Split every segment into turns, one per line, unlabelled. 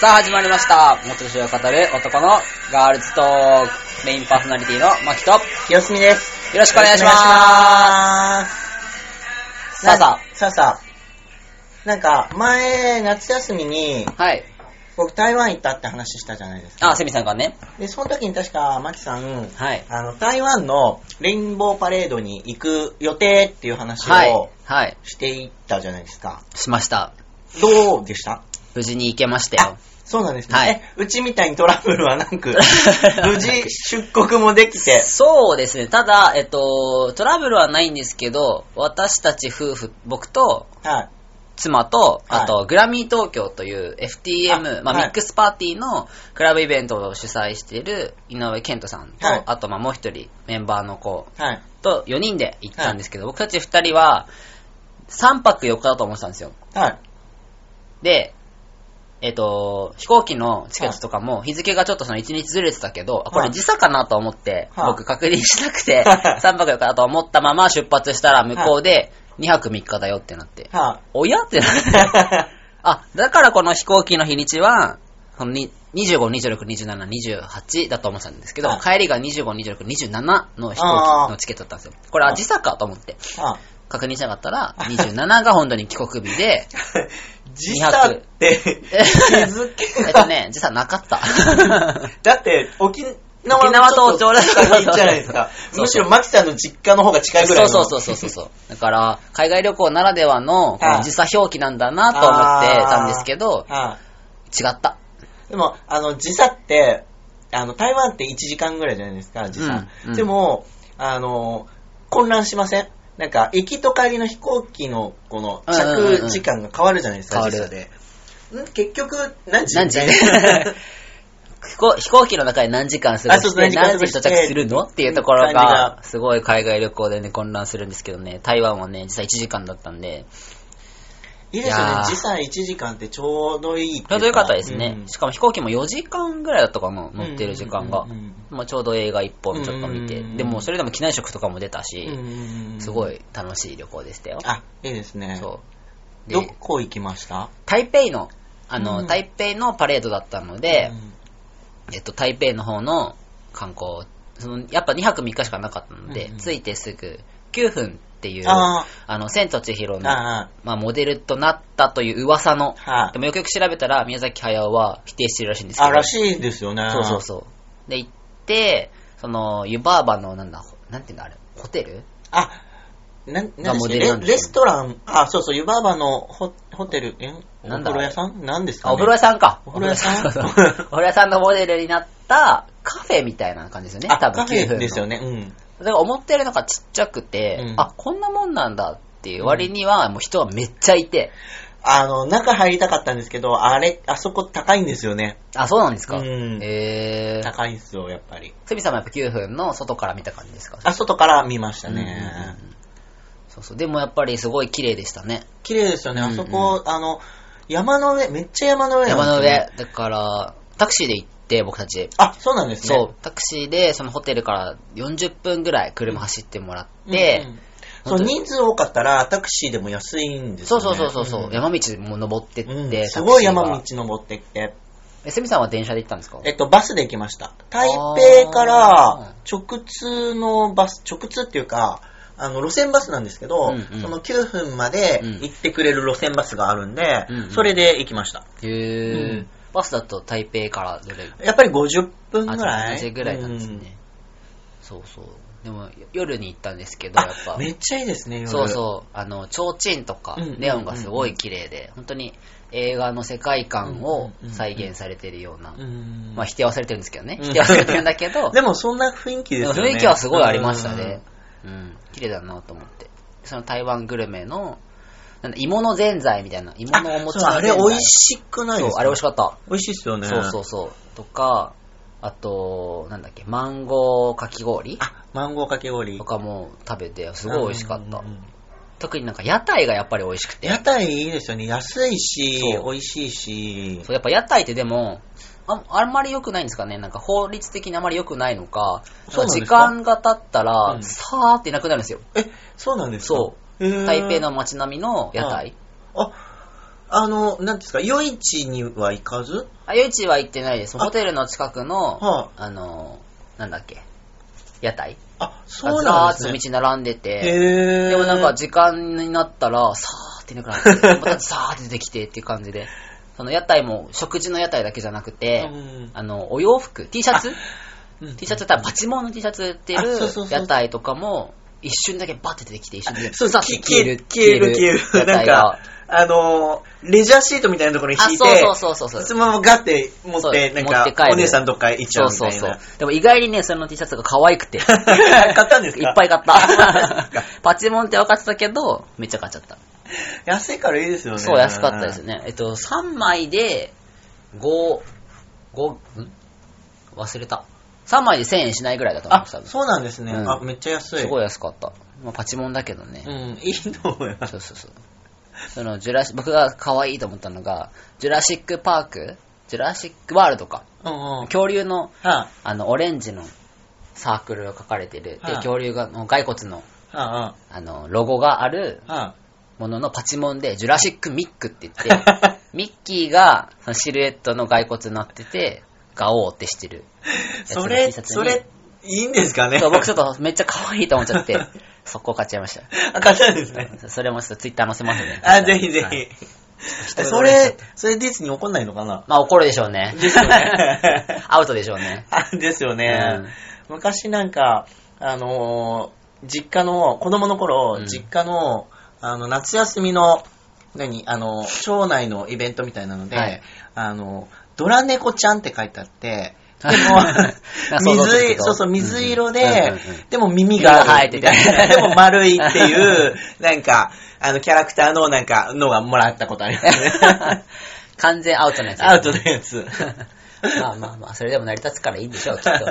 さあ始まりました。もうちょっとを語る男のガールズトーク。メインパーソナリティのマキと、よ
清澄です。
ろしくお願いしま
よろく
す。
お願いします
さあさ
なさあさあ。なんか、前、夏休みに、
あ。はい。
僕台湾行ったって話したじゃないですか。
あ、セミさんからね。
で、その時に確か、マキさん、
はい。
あの、台湾のレインボーパレードに行く予定っていう話
はい
を。
はい。
していったじゃないですか。
しました。
どうでした
無事に行けましたよ。
そうなんですね。
はい
えうちみたいにトラブルはな
ラブ
く、
ルはなく
無事出国もできて、
そうですね。ただ、えっと、トラブルはないんですけど、私たち夫婦、僕と
はい。
妻と、
はい
あと、グラミー東京という FTM、
あ
まあ、
は
ミ
い
ックスパーティーのクラブイベントを主催している井上健人さんと、
はい
あと、まあ、もう一人メンバーの子
はい。
と4人で行ったんですけど、僕たち2人は3泊4日だと思ってたんですよ。
はい。
で、えっ、と、飛行機のチケットとかも日付がちょっとその1日ずれてたけど、あこ
は
れ
い
時差かなと思って、
はい
僕確認しなくて、
はい
3泊4日だと思ったまま出発したら向こうで2泊3日だよってなって、
は
おやってなっ
い。
て。 あ、だからこの飛行機の日にちは、このに25、26、27、28だと思ってたんですけど、
はい
帰りが25、26、27の飛行機のチケットだったんですよ。これは時差かと思って、
はい
確認しなかったら、27が本当に帰国日で、
時差って、日付
えっ
が、
とね、時差なかった。
だって沖縄
沖縄と
ちょっ下に行っちゃないですか。
そうそう
むしろマキさんの実家の方が近いぐらい
そう
の。
そうそうそうそうそう。だから、海外旅行ならではの、この時差表記なんだなと思ってたんですけど、
は
違った。
い。でも、あの、時差って、あの、台湾って1時間ぐらいじゃないですか、時差。
うんうん
でも、あの、混乱しませんなんか、行きと帰りの飛行機の、この、
うんうんうんうん
着時間が変わるじゃないですか、
変わる
時差で。ん結局、何時
何時 飛行飛行機の中で何時間過ご
あそう
し
そう
て、
何時間過
何
ご
時に
して
到着するのっていうところ
感じ
が、
が
すごい海外旅行でね、混乱するんですけどね、台湾はね、実際1時間だったんで、
い
い
いですよ
や
ね
ー。
時差1時間ってちょうどいいっていう
ちょうどよかったですね。
うん
しかも飛行機も4時間ぐらいだったかな、乗ってる時間が
うんうんうんうん。
まあちょうど映画1本ちょっと見て
うんうんう、ん
でもそれでも機内食とかも出たし、すご
い。
い楽しい旅行でしたよ。
あ、いいですね。
そう。
ど
で、
こ行きました
台北の、あの、
うん
台北のパレードだったので、
うん
えっと、台北の方の観光、そのやっぱ2泊3日しかなかったので、
うんうん
着いてすぐ9分っていう、あ
あ
の、千と千尋
ー
の、
あ
まあ、モデルとなったという噂の
ー、、は
で
い。
もよくよく調べたら宮崎駿は否定してるらしいんですけど、
あ、らしいですよね。
そうそうそう。で、行って、その、湯婆婆の、なんだ、ほなんていうんだ、あれ、ホテル
あ、な
が
ん、なんで
モ
す
デルなん
レ
ですよね
レストラン、あ、そうそう、湯婆婆のホホテル、えお
なん
風
だ
呂屋さんなんですか、
あ、
ね、
お風呂屋さんか。
お風呂屋さ ん
お風呂屋さんお風呂屋さんのモデルになったカフェみたいな感じですよね、多
あ、
分
カフ
9分
ェ
の
ですよね。うん。
だから思ってるのがちっちゃくて、
うん
あ、こんなもんなんだっていう割には、もう人はめっちゃいて、
あの、中入りたかったんですけど、あれ、あそこ高いんですよね。
あ、そうなんです
う
か。
ん。
えー。
高いんですよ、やっぱり。
セミさんもやっぱ9分の外から見た感じですか
あ、外から見ました
うんうんうん
ね。
そうそう。でもやっぱりすごい綺麗でしたね。
綺麗ですよね、
うんう
あ
ん
そこ、あの、山の上、めっちゃ山の上なんで
山
す
の
よね
上。だから、タクシーで行って、僕たち。
あ、そうなんですね。
そう、タクシーで、そのホテルから40分ぐらい車走ってもらっ
うん。
て、
うん
本
そう、
当に
人数多かったらタクシーでも安いんです
そ
よ
う
ね。
そうそうそうそう、
ん
山道も登ってって、
う
タク
ん
シーが
すごい山道。登ってきて、
え、セミさんは電車で行ったんですか
えっと、バスで行きました。台北から
あ
直通のバス、直通っていうか、あの、路線バスなんですけ
う
ど、
んうん
その9分まで
うん
行ってくれる路線バスがあるんで、
うんうん
それで行きました。
へー、
うん
バスだと台北からどれぐらい
やっぱり50分ぐ
あ
らい
じゃあ同じぐらいなんですね、
うん
そうそうでも夜に行ったんですけどやっ
あ
ぱ
めっちゃいいですね、夜
そうそうあの提灯とか
うんうんうんうん
ネオンがすごい綺麗で本当に映画の世界観を再現されてるような、
うん
まあ否定はされてるんですけどね
うん
否定はされてるんだけど
でもそんな雰囲気ですよね。
雰囲気はすごいありましたねうん綺麗だなと思ってその台湾グルメのなんだ芋のぜんざいみたいな芋
あ。
のお餅
そう
の
あれ
ぜんざ
美味しくない
そ
で
う
すか
あれ美味しかった
美味しいっすよね。
そうそうそう。とか、あと、なんだっけ、マンゴーかき氷
あ、マンゴーかき氷
と。かも食べて、すごい美味しかった
うんうんうん。
特になんか屋台がやっぱり美味しくて。
屋台いいですよね。安いし、
そう
美味しいし。
そうやっぱ屋台ってでも、ああんまり良くないんですかねなんか法律的にあまり良くないのか、
そうなん
時
ですか
間が経ったら、
うん
さーっていなくなるんですよ。
え、そうなんですか。
そう台北
の。
の街並みの屋台。
あ、あの、なんですか、夜市には行かず
あ、夜市は行ってないです。
あ
ホテルの近くの、
は
あの、なんだっけ、屋台
あ、
が
そうなんです
ずらー
ね
っ。と道並んでて、
へー
でもなんか時間になったら、さーっていなくな って、またさーって出てきてっていう感じで、その屋台も食事の屋台だけじゃなくて、
うん
あの、お洋服、T シャツ
うん
T シャツだったら、バチモンの T シャツ売って
あ
る
そうそうそう
屋台とかも、一瞬だけバッて出てきて、一瞬で、
そう
さって
消
消
え
え
る
る、
消える消える
屋台が
なんあのー、レジャーシートみたいなところに
あ、
引いて、
そうそうそうそう。
そのままガッて持
そ
っ
う
て、なんか
持って帰る
お姉さんどっか行っちゃうみた
そ
いな。
うそうそう。でも意外にね、その T シャツが可愛くて、いっ
買ったんですか
ぱい買っ
あ
た
そうで。
パチモンって分かってたけど、めっちゃ買っちゃった。
安いからいいですよね。
そう、安かったですね。えっと、3枚で、5、5、ん忘れた。3枚で1000円しないぐらいだと思い
あ、
ます、多分
そうなんですね。
うん
あ、めっちゃ安い。
すごい安かった。まあ、パチモンだけどね。
うん、いいと思います。
そうそうそう。その、ジュラシ僕が可愛いと思ったのが、ジュラシックパークジュラシックワールドか。
うんうん。
恐竜の、
は
あの、オレンジのサークルが書かれてる。
は
で、
い
恐竜が、の骸骨の、
あ、は
あの、ロゴがある
あ、は
もののパチモンで、ジュラシックミックって言 って、
あ。
ミッキーが、そのシルエットの骸骨になってて、ガオーってしてるやつの
それ、
T シャツに
それ、いいんですかね
そう、僕ちょっとめっちゃ可愛いと思っちゃって、 速攻買っちゃいました。
あ、 買ったんですね。
それもちょっとツイッター載せますね。
あ、ぜひぜ
はい
ひ。それ、それディズニー怒んないのかな
まあ怒るでしょう ね。
ですよね
アウトでしょう ね。
あですよね。昔なんか、あのー実家の、子供の頃、
うん
実家の、あの、夏休みの、何、あの、町内のイベントみたいなので、
はい
あの、ドラ猫ちゃんって書いてあ って、でも
なんか、想像つく
水
け
い、
ど
そうそう、水色
うんうんうんう
で
ん、
でも耳があるみたい
耳が生え
な。
てて
でも丸いっていう、なんか、あの、キャラクターの、なんか、のがもらったことありますね。
完全アウトなやつ、
アウトのやつ。
まあまあまあ、それでも成り立つからいいんでしょう、きっと。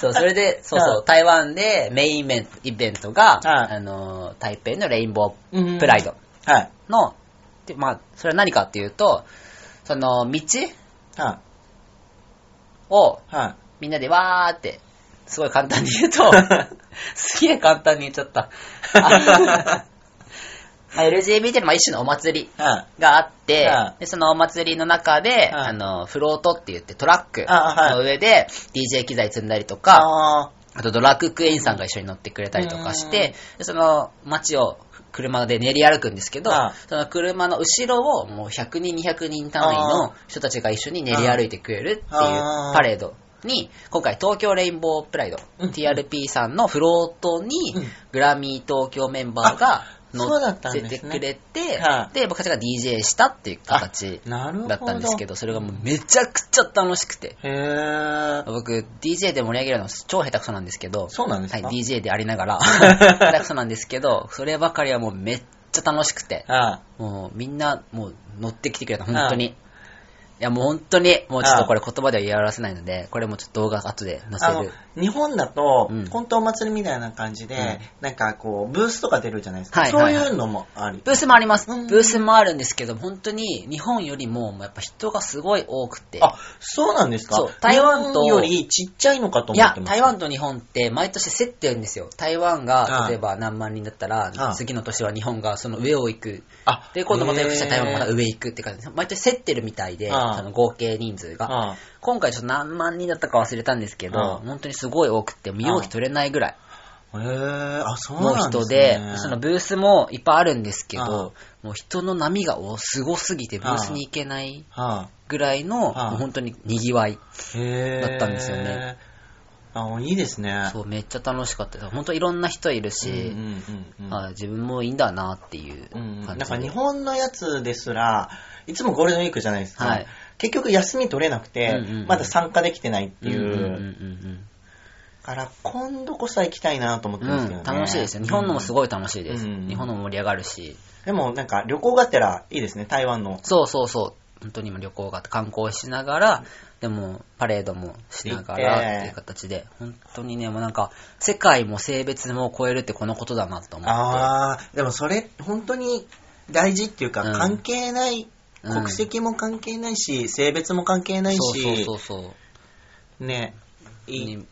そう、それで、そうそう、台湾でメインイベントイベントが、
はい
あのー、台北のレインボ
うん
ー プライド
はい。
の、でまあ、それは何かっていうと、その、道
は
を
い。はい。
みんなでわーって、すごい簡単に言うと、すげえ簡単に言っちゃった。 あまあ LGBT のまあ一種のお祭り
はい。
があって、
はい
でそのお祭りの中で、
はい
あのフロートって言ってトラック
あはい
の上で DJ 機材積んだりとか、
あー
あとドラッグクイーンさんが一緒に乗ってくれたりとかして、でその街を車で練り歩くんですけど、
はい
その車の後ろをもう100人、200人単位の人たちが一緒に練り歩いてくれるっていう
あー
パレードに、今回東京レインボープライド、
うん
TRP さんのフロートに
うん
グラミー東京メンバーが乗
そうだったん
せ
ですね
てくれて、
はい
で、僕たちが DJ したっていう形
なるほど。
だったんですけど、それがもうめちゃくちゃ楽しくて。
へー。
僕、DJ で盛り上げるの超下手くそなんですけど、
そうなんですか
はい、DJ でありながら、下手くそなんですけど、そればかりはもうめっちゃ楽しくて、
あ
もうみんな、もう乗ってきてくれた、本当に。いや、もう本当に、もうちょっ
ああ
とこれ言葉では言い表せないので、これもちょっと動画後で載
あ
せ
の
る。、
日本だと、
うん
本当お祭りみたいな感じで、なんかこう、ブースとか出るじゃないですか。
はいはいはい
そういうのもあり。
ブースもあります。
うん
ブースもあるんですけど、本当に日本よりも、やっぱ人がすごい多くて。
あ、そうなんですか
そう台湾と
日本よりちっちゃいのかと
い
思っ
や
て、ました。
台湾と日本って毎年競ってるんですよ。台湾が
あ、あ
例えば何万人だったら、
ああ
次の年は日本がその上を行く。
あ
で、今度またよくしたら台湾もまた
へー
上行くって感じで毎年競ってるみたいで、
ああ
その合計人数が。
あ
今回ちょっと何万人だったか忘れたんですけど、
ああ
本当にすごい多くて、身動き取れないぐらい
へーあ、そう
の
なんで
人
す
で、
ね。
そのブースもいっぱいあるんですけど、
ああ
もう人の波がおすごすぎて、ブースに行けない
は
ぐらいの、
ああ
もう本当に賑わい。
いへー
だったんですよね。
あ、いいですね。
そう、めっちゃ楽しかったです。本当いろんな人いるし、
うんうんうんうん
あ自分もいいんだなっていう
う
感
ん、
じ
な
で
んか日本のやつですら、いつもゴールデンウィークじゃないですか。
はい
結局休み取れなくて、
うんうんうん
まだ参加できてないっ
う
て
ん
い
うん
う。
うん
から、今度こそ行きたいなと思って
うん
ますけ
う
どね。
ん、楽しいですよ。日本のもす
い。
ごい楽しいです。
うんうん
日本のも盛り上がるし、
でもなんか旅行がてらいいですね、台湾の。
そうそうそう、本当にもう旅行があって観光しながら、でもパレードもしながらっていう形で、本当にね、もうなんか、世界も性別も超えるってこのことだなと思って。
ああ、でもそれ、本当に大事っていうか、
うん
関係ない、
うん
国籍も関係ないし、性別も関係ないし、
そうそうそうそう。
ね、いい
に、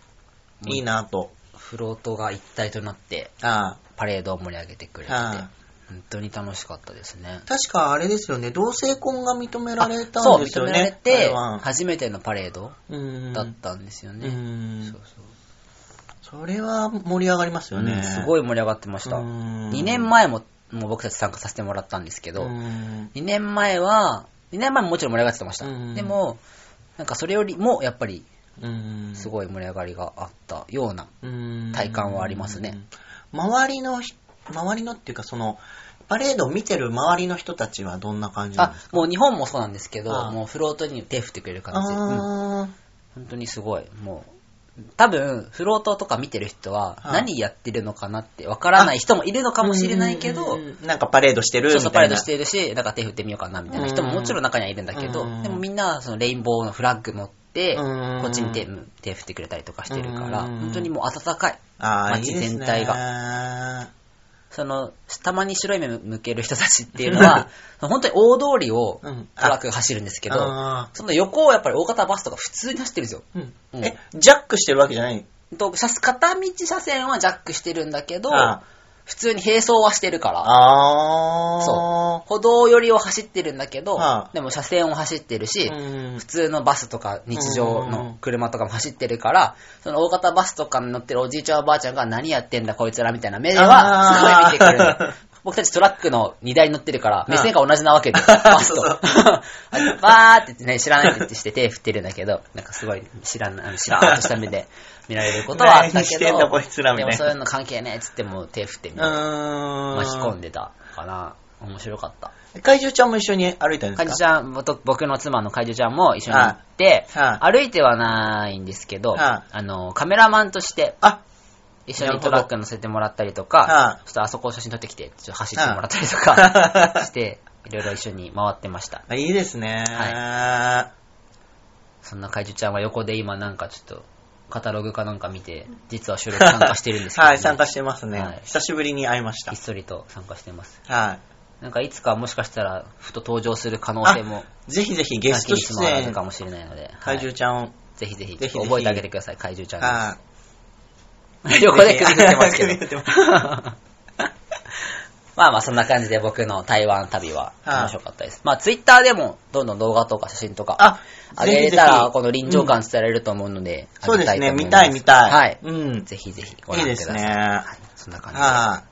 いいなと。
フロートが一体となって、
あ
パレードを盛り上げてくれてて、
あ、
本当に楽しかったですね。
確かあれですよね、同性婚が認められた
そ
ん
う、
です
認
よ
め
ね。
られて
台湾、
初めてのパレード
うん。
だったんですよね。
うん
そうそう
それは盛り上がりますよね。
うんすご
い
い盛り上がってました。
うん
2年前ももう僕たち参加させてもらったんですけ
け
ど、
うん。
2年前は、2年前ももちろん盛り上がってました。
うん
でも、なんかそれよりもやっぱり
うん
すごい盛り上がりがあったような。体
体
感はありますね。
周りのひ、周りのっていうかその、パレードを見てる周りの人たちはどんな感じなん
あ
ですか、
もう日本もそうなんですけど、
ああ
もうフロートに手振ってくれる感じ。うん
あー
本当にすごい。もう、多分、フロートとか見てる人は、
はい
何やってるのかなってわからない人もいるのかもしれないけど、
うんなんかパレードしてるみ
そ
た
う
いな。
そう、パレードしているし、なんか手振ってみようかなみたいな人も
うん
もちろん中にはいるんだけど、
うん
でもみんな、そのレインボーのフラッグ持って、
うん
こっちに手手振ってくれたりとかしてるから、
うん
本当にもう温かい。
あーい
街
いですね
全体その、たまに白い目向ける人たちっていうの は、本当に大通りを
うん
トラックが走るんですけど、
あ
その横をやっぱり大型バスとか普通に走ってるんですよ。
ーうん
うん
え、ジャックしてるわけじゃない
と車片道車線はジャックしてるんだけど、
あ
普通に並走はしてるから、
あー。
そ歩道寄りを走ってるんだけど
あ、
でも車線を走ってるし、
うん
普通のバスとか日常の車とかも走ってるから、その大型バスとかに乗ってるおじいちゃんおばあちゃんが何やってんだこいつらみたいな目では
あー
すごい見てくれる の。僕たちトラックの荷台に乗ってるから、
うん
目線が同じなわけで、バスと。
そ
バ
う
ーって言ってね、知らないって言ってして手振ってるんだけど、なんかすごい知らない、知らーっとした目で見られることはあった
何
け
し
ど、
てんだこいつらみ
で
た
も
いな
そういうの関係ねえっつってもう手振ってみ
う
て
ーん。
巻き込んでたから、面白かった。
怪獣ちゃんも一緒に歩いたんですか
カジちゃん、僕僕の妻のカジちゃんも一緒に行って、
は
歩いてはないんですけど、
は
あの、カメラマンとして
あ、
一緒
なる
に
ほど
トラック乗せてもらったりと
は
か
い、
ちょっとあそこを写真撮ってきて、ちょっと走ってもらったりとか して、いろいろ一緒に回ってました。
あいいですね。
そんなカジちゃんは横で今なんかちょっと、カタログかなんか見て、実は収録参加してるんですけど、
はい、参加してますね、
はい
久しぶりに会いました
ひっ。そりと参加してます。
は
なんかいつかもしかしたら、ふと登場する可能性も、
い。ぜひぜひゲスト
リス
出
もある
演、
かもしれないので、はい
怪獣ちゃんを。
ぜひぜひ、
ぜひぜひ
覚えてあげてください、怪獣ちゃんです。
は
横 で首振ってますけど。
首振ってま
まあまあそんな感じで僕の台湾旅は
はい
面白かったです。まあツイッターでもどんどん動画とか写真とか
あ、
あ
ぜ
げ
ひぜ
れ
ひ
たらこの臨場感伝えられると思うので、
そうです
あげ
ね、
と思
見たい見たい。
はい。
うん。
ぜひぜひご
いい
覧く
で
ださ
す
い。
ね。
はいそんな感じで。
はい。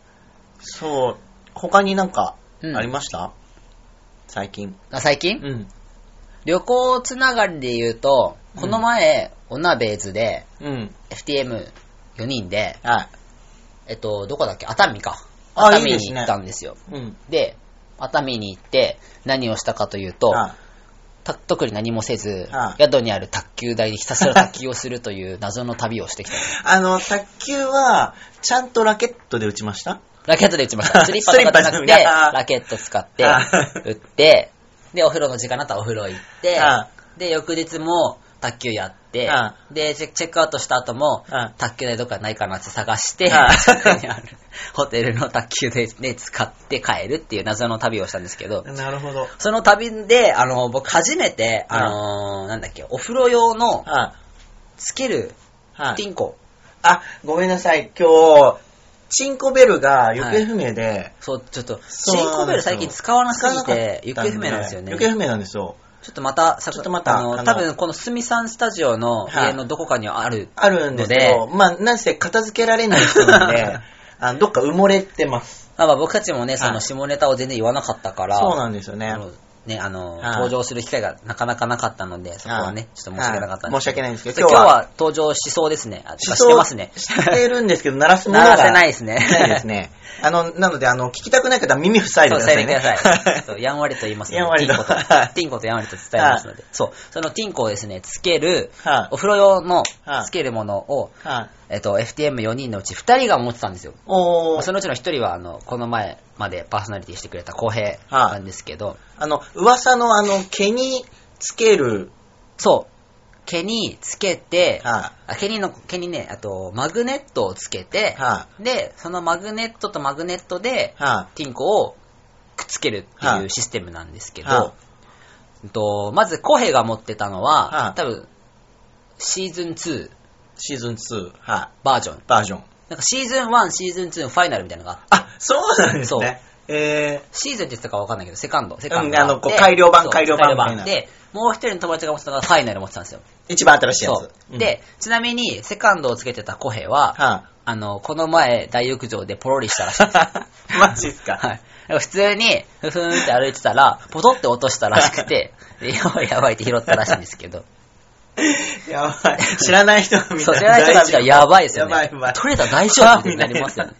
そう、他になんか
うん
ありました、最近。
あ最近、
うん。
旅行つながりで言うと、この前、オナベーズで
うん。
FTM4 人で、
はい。
えっと、どこだっけ熱海か。
あ
熱海
いいです
に
ね
行ったんですよ。
うん。
で、熱海に行って何をしたかというと、
はい
た特に何もせず、
はい
宿にある卓球台でひたすら卓球をするという謎の旅をして きた。
あの、卓球は、ちゃんとラケットで打ちました
ラケットで打ちました。スリッパとかじゃなくて、
スリッパじゃ なくて
ラケット使って、打って、で、お風呂の時間になったらお風呂行って
は、
で、翌日も卓球やって
は、
で、チェチェックアウトした後も
は、
卓球台どっかないかなって探して、
は
近くにある ホテルの卓球台で使って帰るっていう謎の旅をしたんですけど、
なるほど。
その旅で、あの、僕初めて、あのーなんだっけ、お風呂用の
はい。
つける
はい
テ。ィンコ。
あ、ごめんなさい。今日、チンコベルが行方不明で、
そう、ちょっと、
そ
シ
う
ェイコベル最近使わなすぎ
使わな
て、
かったんで
行方不明なんですよね。
行方不明なんですよ。
ちょっとまた、さ
ちょっとまた
あ
あ
の、
の
多分このすみさんスタジオの
はい
家のどこかにはある。
あるんですけど、まあ、なんせ片付けられない人な んで、あのどっか埋もれてます。
まあまあ僕たちもね、そ
は
の
い
下ネタを全然言わなかったから、
そうなんですよね
あ。のね、あの、
はい
登場する機会がなかなかなかったので、そこはね
は、い
ちょっと申し訳なかったん
はい申し訳ないんですけど
ちょっと今
今
日
日は
は登場しそうですね。あ、てかしてますね。
知ってるんですけど、鳴らすも の
鳴
が。
らせないですね。
ないですね。あの、なので、あの、聞きたくない方は耳塞いで
そう、
くだ
伝
さ
えて
い
く
ね。
ださい。ちょっとやんわりと言いますので
やんわりと
ティンコと
はい、
ティンコとやんわりと伝えますので。そう、そのティンコをですね、つける、
はい
お風呂用の
はい
つけるものを、
はい。
えっと、FTM4 人のうち2人が持ってたんですよ。
お
そ
ー、
のうちの1人は、あの、この前までパーソナリティしてくれた浩平
はい
なんですけど、
あの、噂のあの、毛につける、
そう、毛につけて、
は
あ毛にの、毛にね、あと、マグネットをつけて、
は
で、そのマグネットとマグネットで
い、、は
ティンコをくっつけるって
は
いう
い
システムなんですけ
い、
ど、
は
うんと、まず、コヘが持ってたのは、
はい
多分、シーズン2
い、シーズン2、はい、
バージョン。
バージョン。
なんかシーズン1、シーズン2のファイナルみたいなのがあっ
あ、そうなん
て、
です
そう
ね。。え
シーズンって言ってたか分かんないけど、セカンド、セカンド
うんあ
があって。
のこう改良版
そう
改良版みたいな
で、もう一人の友達が持ってたのがファイナル持ってたんですよ。
ー、一番新しいや
そ
つ
う。。で、ちなみに、セカンドをつけてたコヘは、
うん、は
あの、この前、大浴場でポロリしたらしいんですよ。
い。 マジっすか。
はい。普通に、ふふんって歩いてたら、ポトって落としたらしく て、でやばいやばいって拾ったらしいんですけど。
やばい。知らない人が見た
そう、
ら
知らない人から見たらやばいですよね。
やばいやばい。
取れたら大丈夫になりますよね。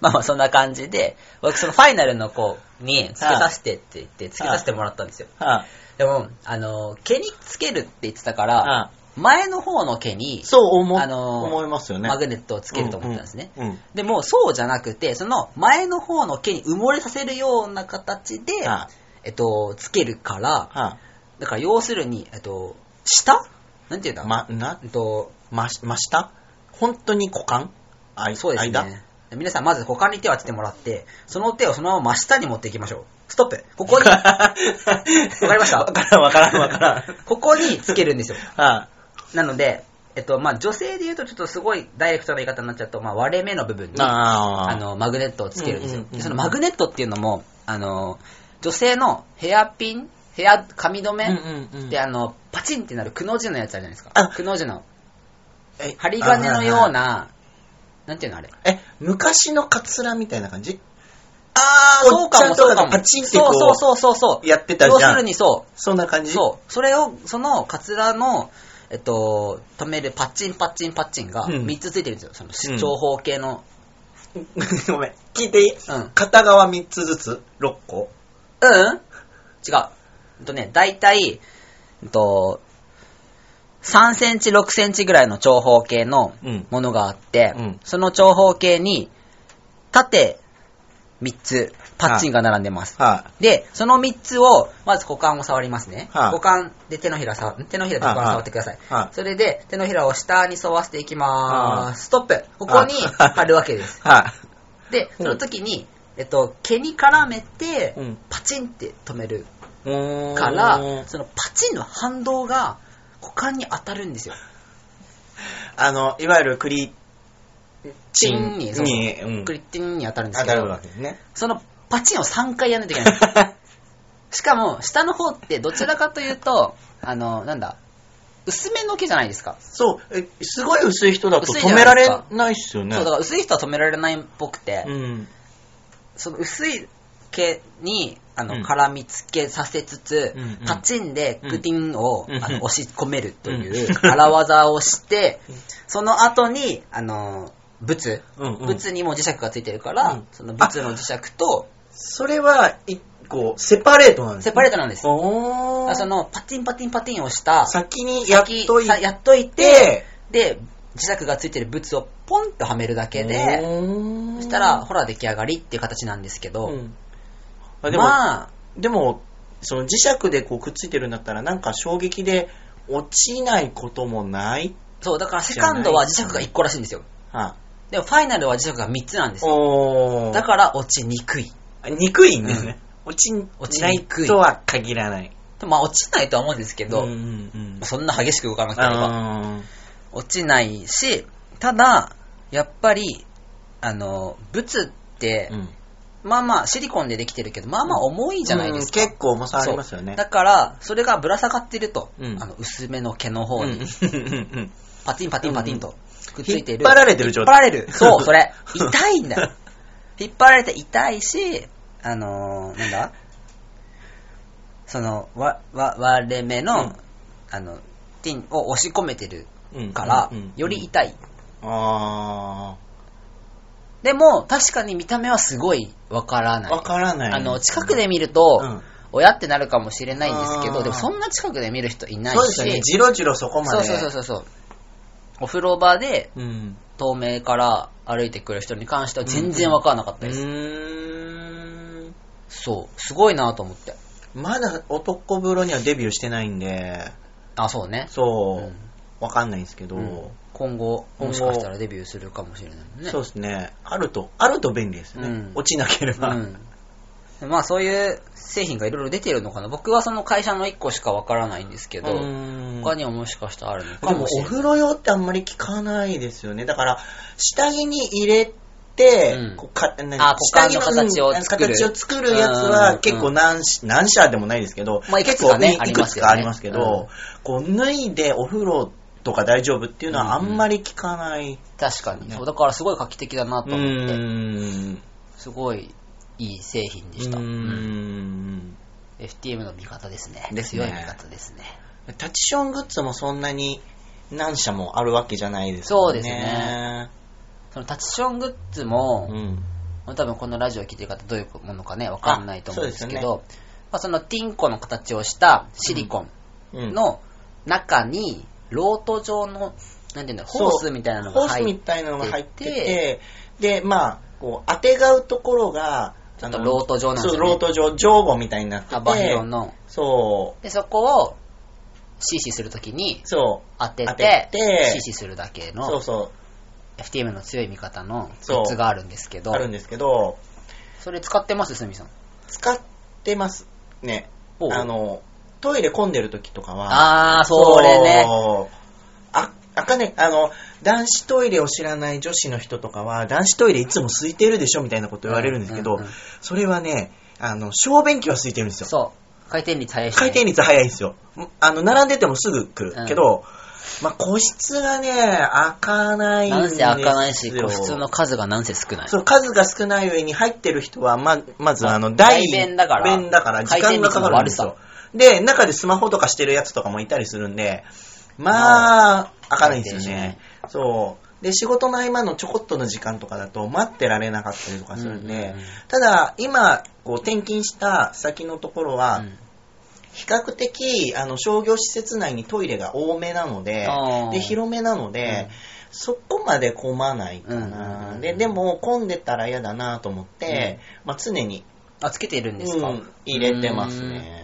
まあまあそんな感じで、僕そのファイナルの子につけさせてって言って、つけさせてもらったんですよ。
は
でも、あの、毛につけるって言ってたか
あ
ら、
はあ
前の方の毛に
そう思,、
あのー
思いますよね。
マグネットをつけると思ったんですね。
うんうんうん
でも、そうじゃなくて、その前の方の毛に埋もれさせるような形で、
は
えっと、つけるから、
あは
だから要するに、えっと、下なんていうん
あ
だ、
ま、な、
えっと、
ま、真下本当に股間あい
そうです
間
ね。皆さん、まず股間に手を当ててもらって、その手をそのまま真下に持っていきましょう。ストップ。こ こに、わかりました
わからんわからんわからん。
ここにつけるんですよ。
は
なので、えっと、まあ、女性で言うとちょっとすごいダイレクトな言い方になっちゃうと、まあ、割れ目の部分に、
あ、あ
あ
あの、
の、マグネットをつけるんですよ。
うんうんうん
でそのマグネットっていうのも、あの、女性のヘアピン、ヘア、髪留め、
うんうんうん
で、あの、パチンってなるくの字のやつあるじゃないです
あ
か。くの字の、
え
針金のよう。な、なんていうのあれ。
え、昔のカツラみたいな感じ
あ
ーそうかもそうかも
パチンってこうそうそうそうそうそう。
やってたじゃん
要するにそ
そんな感
う。
じ
そう。それを、その、カツラの、えっと、止めるパッチンパッチンパッチンが
うん
3つついてるんですよ。その
うん
長方形の。
う。 ごめん。聞いていい
うん。
片側3つずつ ?6 個
うん違う。えっとね、大体、えっと、3センチ、6センチぐらいの長方形の
うん
ものがあって、
うん
その長方形に、縦3つ、パッチンが並んでます。
は
で、その3つを、まず股間を触りますね。
はい
股間で手のひら触、手のひらで股間を触ってください。
い。は
それで、手のひらを下に沿わせていきま
は
ー
い
す。ストップここに
はい
貼るわけで
い。
す。
は
で、
う
そ
ん
の時に、えっと、毛に絡めて
い。、ん。
パチンって止める
うーん
から、そのパチンの反動が股間に当たるんですよ。
あの、いわゆる栗、
チンに、そう
に、うん
クリッティンに当たるんです
当
け
たる
ど
わ、けですね。
そのパチンを3回やらないといけないんですよ。しかも、下の方ってどちらかというと、あの、なんだ、薄めの毛じゃないですか。
そう、えすごい薄い人だと
薄いじ
止
ゃ
め
な
ら
いで
れ
すか
ないっすよね。
そう、だから薄い人は止められないっぽくて、
うん。
その薄い毛に、あの、
うん
絡みつけさせつつ、
うんうん
パチンでクティンを、
うん
あ
うん
の、押し込めるという
うん
荒技をして
うん、
その後に、あの、ブツ、
うんうん
ブツにも磁石がついてるから、
うん
そのブツの磁石と
それは、一個、セパレートなんです
セパレートなんです。だ
お
か
ー
らそのパティンパティンパティンをした、
先にやっとい
さ
て、
やっといて、で、磁石がついてるブツをポンとはめるだけで、
そ
そしたら、、ほら出来上がりっていう形なんですけど、
うんあでも、
まあ、
でも、その磁石でこうくっついてるんだったら、なんか衝撃で落ちないこともない
そう、だからセカンドは磁石が1個らしいんですよ。
は
でもファイナルは磁石が3つなんですよ。
お
だから落ちにくい。
ら、憎いんですね。落ち
落ち
ない
にくい
とは限らない。
でもまあ落ちないとは思うんですけど、
うんうんうん
そんな激しく動かなくてれば。
あ
落ちないし、ただ、やっぱり、あの、ブツって、
ーうん
まあまあ、シリコンでできてるけど、まあまあ重いじゃないですか。
うん結構重さありますよね。
だから、それがぶら下がってると、
うん
あの薄めの毛の方
うん
に、
うんうん
パティンパティンパティンとくっついている。
引っ張られてる状態
引っ張られる。そう、そ れ。痛いんだよ。引っ張られて痛いし、あのー、なんだその、わ、わ、割れ目の、
うん
あの、ティンを押し込めてる
うん
から、
うんうんうん
より痛い。
あ
でも、確かに見た目はすごいわから
あ、
ない。
わからない。
あの、近くで見ると、
うん
親ってなるかもしれないんですけ
あー
ど、でもそんな近くで見る人いないし、
そうですよね。じろじろそこま
そう
で。
そうそうそう。お風呂場で
うん。
透明から歩いてくる人に関しては全然わからなかった
う
です。
ーん。
そう。すごいなと思って。
まだ男風呂にはデビューしてないんで、
あ、そうね。
そうう、
ん
わかんないんですけど、
うん今後、
今後
もしかしたらデビューするかもしれないね。
そうですね。あると、あると便利ですね。
うん
落ちなければ。
うん。まあそういう製品がいろいろ出てるのかな。僕はその会社の1個しかわからないんですけど、
うん
他にももしかしたらあるの
で
か
も
もしれ
お
ない。
風呂用ってあんまり聞かないですよね。だから、下着に入れて、
うん
こうか何
あ股間の
下着
形を
うん
作る
形を作るやつは
うん
結構何,、何社でもないですけど、
まあいく
結
つか
構
ね
ね、いくつかあ
あ
り
り
ま
ますす
け
け
ど、
どね
こう脱いでお風呂とか大丈夫っていうのはあんまり聞かない。
確かに。そう、だからすごい画期的だな
う
と
ー
思って、
ん。
すごいいい製品で
う
した。
ー
うん
ん
FTM の味方ですね。
ですね
強い味方ですね。
タッチショングッズもそんなに何社もあるわけじゃないです
そ
も
うんですね。そのタッチショングッズも、
うん。
まあ多分このラジオを聞いてる方どういうものかね、わかんないと思うんですけ
あそ
ど、まあ、そのティンコの形をしたシリコ
う
ン
ん、
の中に、ロート状の、なんていうんだろう、
そう
ホースみたいなの
ホ
が
ース
入っ
み
て、
たいなのが入ってて、で、まあ、こう、当てがうところが、
ちょっとロート状なんですよ
そう、
ね
ロート状、上後みたいになってて、
幅広の。
そう、
で、そこを、CC するときに
そう、
当て
当
て
て、て
CC するだけ
そう
の、
そ
FTM の強い味方のグ
そう
ッズがあるんですけ
う、
ど
あ、るんですけど、
それ使ってますすみさん。
使ってますね。
おう
あの、トイレ混んでる時とかは、
あー、それね。
そう。あ、あかね、あの、男子トイレを知らない女子の人とかは、男子トイレいつも空いてるでしょみたいなこと言われるんですけ
う
ど、
んうんうん
それはね、あの、小便器は空いてるんですよ。
そう。回転率早いしね。
回転率早いんですよ。あの、並んでてもすぐ来
う
る
ん
けど、まあ、個室がね、開かないん
な
で
ん
す
せ
よ。
開かないし、こう普通の。数がなんせ少ない。
そう、数が少ない上に入ってる人は、ま、まず、
まあ
あの、
大
便
便だから
便だから時間がかかるんですよ。で、中でスマホとかしてるやつとかもいたりするんで、まあ、開かないんですよね。そう。で、仕事の合間のちょこっとの時間とかだと、待ってられなかったりとかするんで、
うんうんうん
ただ、今、こう、転勤した先のところは、
うん
比較的あの商業施設内にトイレが多めなので
あー
で広めなので、
うん
そこまで混まないかな、
うんうんうん
ででも混んでたら嫌だなと思って、まあ、常に、
あ、つけているんです
う
か、
ん入れてますね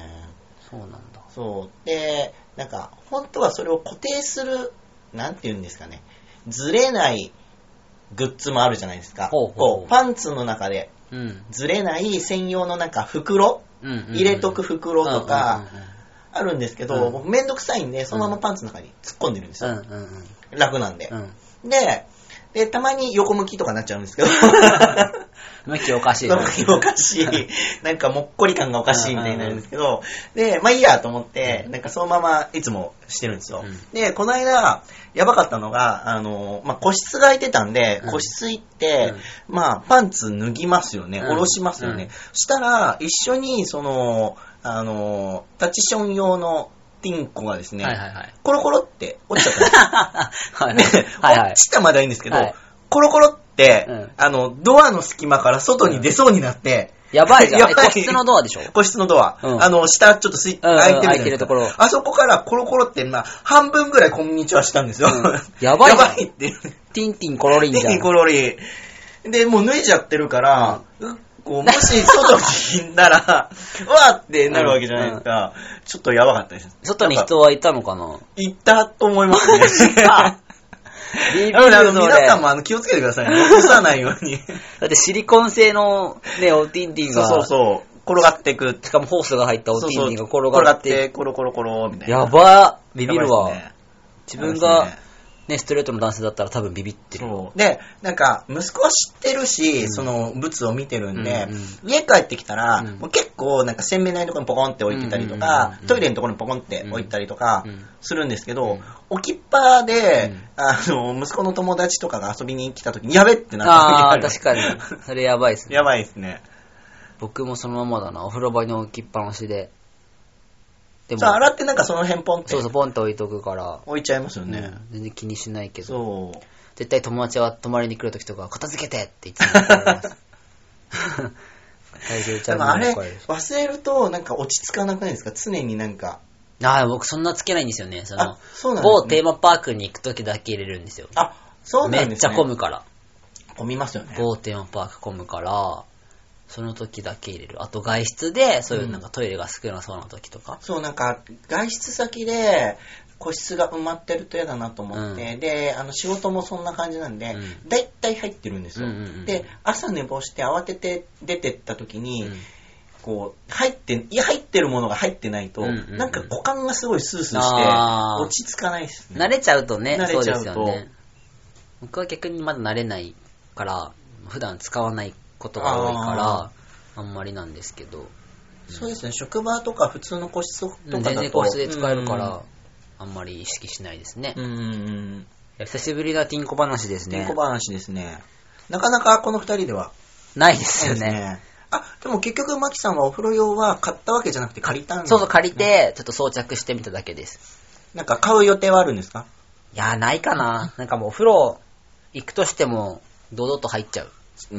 うん。そうなんだ。
そうでなんか本当はそれを固定するなんて言うんですかねずれないグッズもあるじゃないですか
ほうほうほう
こうパンツの中で
うん。
ずれない専用のなんか袋
うんうんうん
入れとく袋とか、
う
あるんですけど、
うん
僕めんどくさいんで、そのままパンツの中に突っ込んでるんです
ん
よ。
うんうん。
楽なんで
う、ん。
で。で、たまに横向きとかなっちゃうんですけど、
向きおかしい
横
な。
向きおかしい、なんかもっこり感がおかしいみたいになるんですけど、で、まあいいやと思って、なんかそのままいつもしてるんですよ。
うん
で、この間、やばかったのが、あの、まあ個室が空いてたんで、
うん
個室行って、まあパンツ脱ぎますよね、
うん
下ろしますよね。
うん
したら、一緒に、その、あの、タッチション用のティンコがですね、
はいはいはい。
コロコロって落ちちゃったんですよ
はい
で
はいはい
落。ちたまだいいんですけど、
はい
コロコロって、
うん
あの、ドアの隙間から外に出そうになって、
やばいじゃん。え
やばい
個室のドアでしょ
個室のドア、
うん
あの、下ちょっとスイッ
うんうん
開いてるじゃない
開いて
です
る
か
ところ
あそこからコロコロって、まあ、半分ぐらいこんにちはしたんですよ。
うんやばい
や
じゃん
ばいって。
ティンティンコロリンじゃん。
手にコロリ。で、もう脱いじゃってるから、うっこうもし外 にいたら、うわってなるわけじゃないですか。ちょっとやばかったです。
外に
やっぱ
人はいたのかな
行ったと思います ね。
ビビ
なので、あの、
るの
皆
で。
さんもあの気をつけてくださいね。落とさないように。
だってシリコン製のね、おティンティン
そう
が、
そうそう。転がってく。
しかもホースが入ったおティンティンが転
転
が
が
っ
ってて、、コロコロコロ、みたいな。
やばービ
や
ビ
ばいっ
る
すね、
わ。自分が
やばいっすね
ね、ストレートの男性だったら多分ビビってる。
そうで、なんか、息子は知ってるし、
うん
その、物を見てるんで、
うんうん
家帰ってきたら、
うん
もう結構、なんか、洗面台のところにポコンって置いてたりとか、
うんうんうんうん
トイレのところにポコンって置いたりとか
うん、
するんですけど、置きっぱで、
うん
あの、息子の友達とかが遊びに来た時に、やべってなった
ああ、
時
確かに。それやばいですね。
やばいですね。
僕もそのままだな。お風呂場に置きっぱなしで。で
そう、洗ってなんかその辺ポンって
そうそう、ポンと置いとくから。
置いちゃいますよね。
うん全然気にしないけど。
そう。
絶対友達は泊まりに来るときとか、片付けてっていつも言われ ます。体重ち
で
ゃん
もあ
の
れ、
怒られる
忘れると、なんか落ち着かなくないですか常になんか。
あー僕そんなつけないんですよね。その
あ、そうなんですね
某テーマパークに行くときだけ入れるんですよ。
あ、そうなん
め
で
っち
すね。
ゃ混。むから。
混みますよね。
某テーマパーク混むから、その時だけ入れる。あと外出で、そういうなんかトイレが少なそうな時とか。
そう、なんか、外出先で、個室が埋まってると嫌だなと思って、で、あの、仕事もそんな感じなんで、
うん
だいたい入ってるんですよ。
うんうんうん
で、朝寝坊して慌てて出てった時に、
うん
こう、入って、いや、入ってるものが入ってないと、
うんうんうん
なんか股間がすごいスースーして、
あー
落ち着かないですね。
慣れちゃうとね、
慣
そ
れ
う
ち
で
ゃうと
すよね。僕は逆にまだ慣れないから、普段使わないことが多いから、あんまりなんですけど、
そうですね、職場とか普通の個室とかだと
全然個室で使えるから、あんまり意識しないですね。
うん、うんうんうん。
久しぶりなティンコ話です
てん
ね
こ。話ですね。なかなかこの二人では。
ないですよ
そうです
ね。
ねあ、でも結局、マキさんはお風呂用は買ったわけじゃなくて借りたんだ
そうそう、借りて、ちょっと装着してみただけです。
なんか買う予定はあるんですか
いやー、ないかな。なんかもうお風呂行くとしても、堂々と入っちゃう。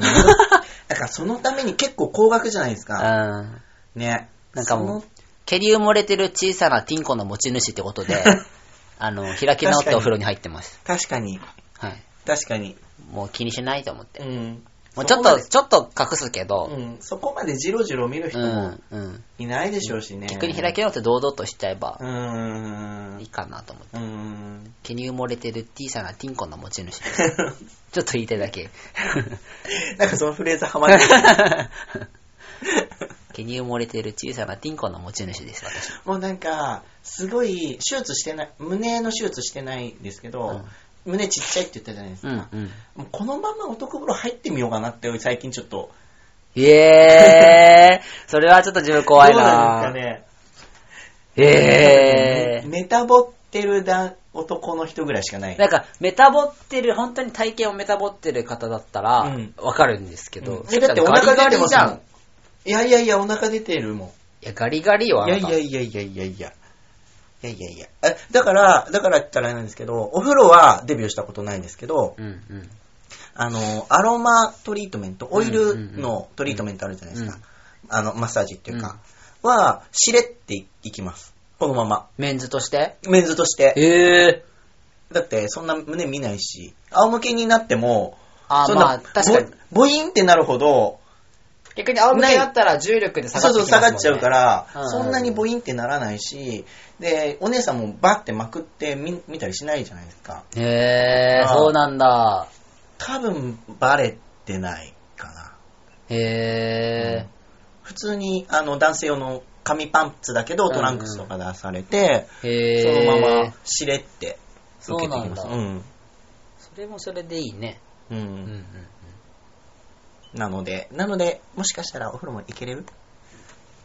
だからそのために結構高額じゃないです
う
か。
ん。
ね。
なんかもう
その、
蹴り埋もれてる小さなティンコの持ち主ってこと で、あの、開き直ってお風呂に入ってます。
確かに、
はい。
確かに。
もう気にしないと思って。
ん。
もうちょっと、ちょっと隠すけど、
うん、そこまでジロジロ見る
う
人も
ん、うん。
いないでしょうしね。
逆に開き直って堂々としちゃえば
う、ーん
いい。かなと思って。
うーん。
毛に埋もれてる小さなティンコの持ち主 です。ちょっと言いたいだけ。
なんかそのフレーズハマる。
毛に埋もれてる小さなティンコの持ち主です、私。
もうなんか、すごい、手術してない、胸の手術してないんですけど、胸ちっちゃいって言ったじゃないです
う
か。
ん、うん。
もうこのまま男風呂入ってみようかなって、最近ちょっと。
えー、それはちょっと自分怖い
どう
なん
ですかね。
えー。
メメタボってるだ男の人ぐらいしかない。
なんか、メタボってる、本当に体型をメタボってる方だった
う
ら
ん、
わかるんですけど、
うんえだってお腹出てます
ガリガリじゃ
も
ん。
ん。いやいやいや、お腹出てるもん。
いや、ガリガリよ、あ
いや
ないた。
やいやいやいやいや。いやいやいや。え、だから、だからって言ったらあれなんですけど、お風呂はデビューしたことないんですけど、
うんうん。
あの、アロマトリートメント、オイ
うんうんう
ル
ん
のトリートメントあるじゃないですか。
うん
あの、マッサージっていうか、は、しれっていきます。このまま。
メンズとして
メンズとして。
ええ
だって、そんな胸見ないし、仰向けになっても、
あ
そ
ー、
んな
まあ、確かに。
ボ。ボインってなるほど、
逆に仰向けになったら重力で下が
そう
って
そう、
きますも
下が
んね
っちゃうから、
うん
そんなにボインってならないし、で、お姉さんもバってまくって見見たりしないじゃないですか。
へえ
あー
そうなんだ。
多分、バレてないかな。
へえ
普通に、あの、男性用の紙パンツだけど、トランクスとか出されて、
へえ
そのまま、しれって、
そ
受
う
けて
な
き
ん
ま
だ
す。。うん。
それもそれでいいね。
うん。
うんうんうん。
なので、なので、もしかしたらお風呂も行けれる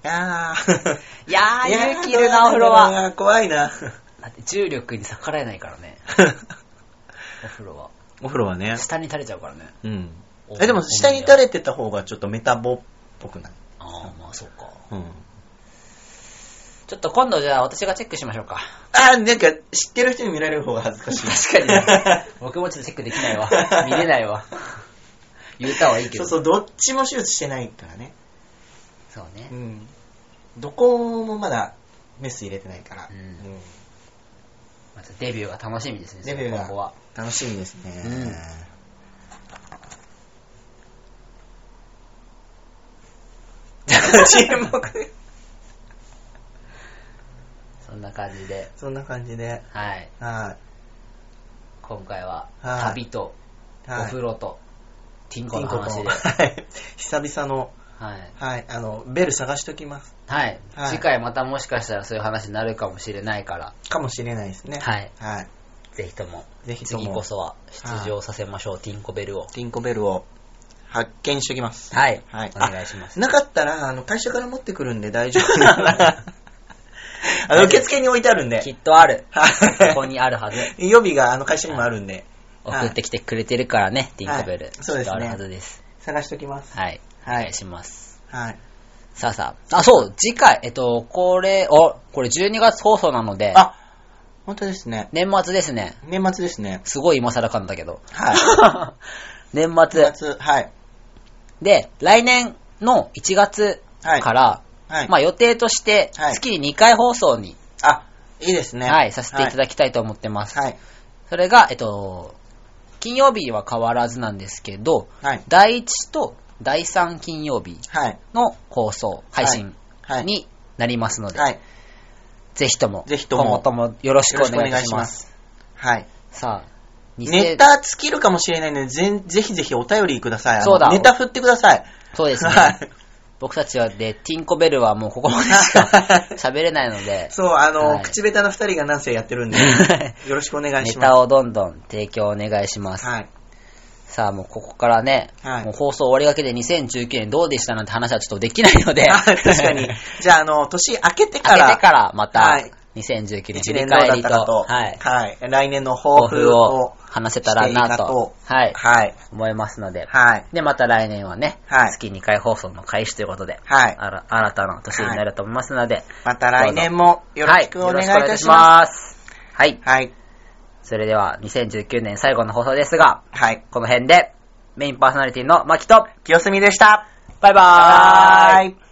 いや ー。
いやー、
いやー
勇気いるな、お風呂。は。
どうなんだろうな怖いな。
だって重力に逆らえないからね。お風呂は。
お風呂はね。
下に垂れちゃうからね。
うん。
お
え、でも下に垂れてた方がちょっとメタボっぽくない
ああ、まあそうか。
うん。
ちょっと今度じゃあ私がチェックしましょうか。
あー、なんか知ってる人に見られる方が恥ずかしい。
確かに。僕もちょっとチェックできないわ。見れないわ。言うたはいいけど。
そうそう、どっちも手術してないからね。
そうね
う。ん。どこもまだメス入れてないから。
う
うんん。
またデビューが楽しみですね。
デビューが
ここは。
楽しみですね。
うん
沈黙。
そんな感じで。
そんな感じで。
はい。
は
今回は、
はい
旅と、
い。はい。
お風呂と、ティンコの
ピンコと
話で。
はい。久々の、
はい。
はい、あの、ベル探しときます。
はい。
はい
次回またもしかしたらそういう話になるかもしれないから、
かもしれないですね。
はい。
はい。
ぜひとも、
ぜひとも
次こそは出場させましょう、ティンコベルを。
ティンコベルを発見しときます。
はい。
はい
お願いします。
なかったら、あの、会社から持ってくるんで大丈夫な ら。あの、受付に置いてあるんで。
きっとある。
はい
ここにあるはず。
予備が、あの、会社にもあるんで。
送ってきてくれてるからね、ティンコベル。
はいそうですね
きっとあるはずです。
探しときます。
はい。お
はい
願いします。
はい。
さあさあ。あ、そう、次回、えっと、これ、お、これ12月放送なので、
あ、本当ですね。
年末ですね。
年末ですね。
すごい今更かんだけど。
は い。
年
年
末。
末、はい。
で、来年の1月
はい
から、
はい。
まあ予定として、
はい
月に2回放送に、
あ、いいですね。
はい、させていただきたいと思ってます。
はい。
それが、えっと、金曜日は変わらずなんですけど、
はい。
第1と第3金曜日
はい。
の放送、配信
はい。
になりますので、
はい。
ぜひとも、
ぜひとも
今後ともよろしく
よろ
お
しくお
願いいた
願い
し
し
ま。
ますす。はい。
さあ、2000
ネタ尽きるかもしれないので、ぜんぜひぜひお便りください。あの
そうだ
ネタ振ってください。
そうですね。
はい。
僕たちはで、ティンコベルはもうここまでしか喋れないので、
そう、あの、
はい
口下手な二人が 何せやってるんで、よろしくお願い
ネ
します。
タをどんどん提供お願いします。
はい。
さあ、もうここからね、
はい
もう放送終わりがけで2019年どうでしたなんて話はちょっとできないので、
あ 確か に。じゃあ、あの、年明けてか
開け
ら、
てからまた
はい、
2019年振
一
り
年どうだ
返
っ
り
た
と、
かと、
はい、
はい。来年の抱
抱
負
負
を
を、話せたらな
していいなと
と、はい、
はい。
思いますので、
はい。
で、また来年はね、
はい
月2回放送の開始ということで、
はい
あら新たな年になると思いますので、
また来年もよろしくお願いい
はいよろし
たしま
くお願いいたします。はい
す。。はい。
それでは、2019年最後の放送ですが、
はい。
この辺で、メインパーソナリティのマキと、
清澄でした。
バイバーイ
イ。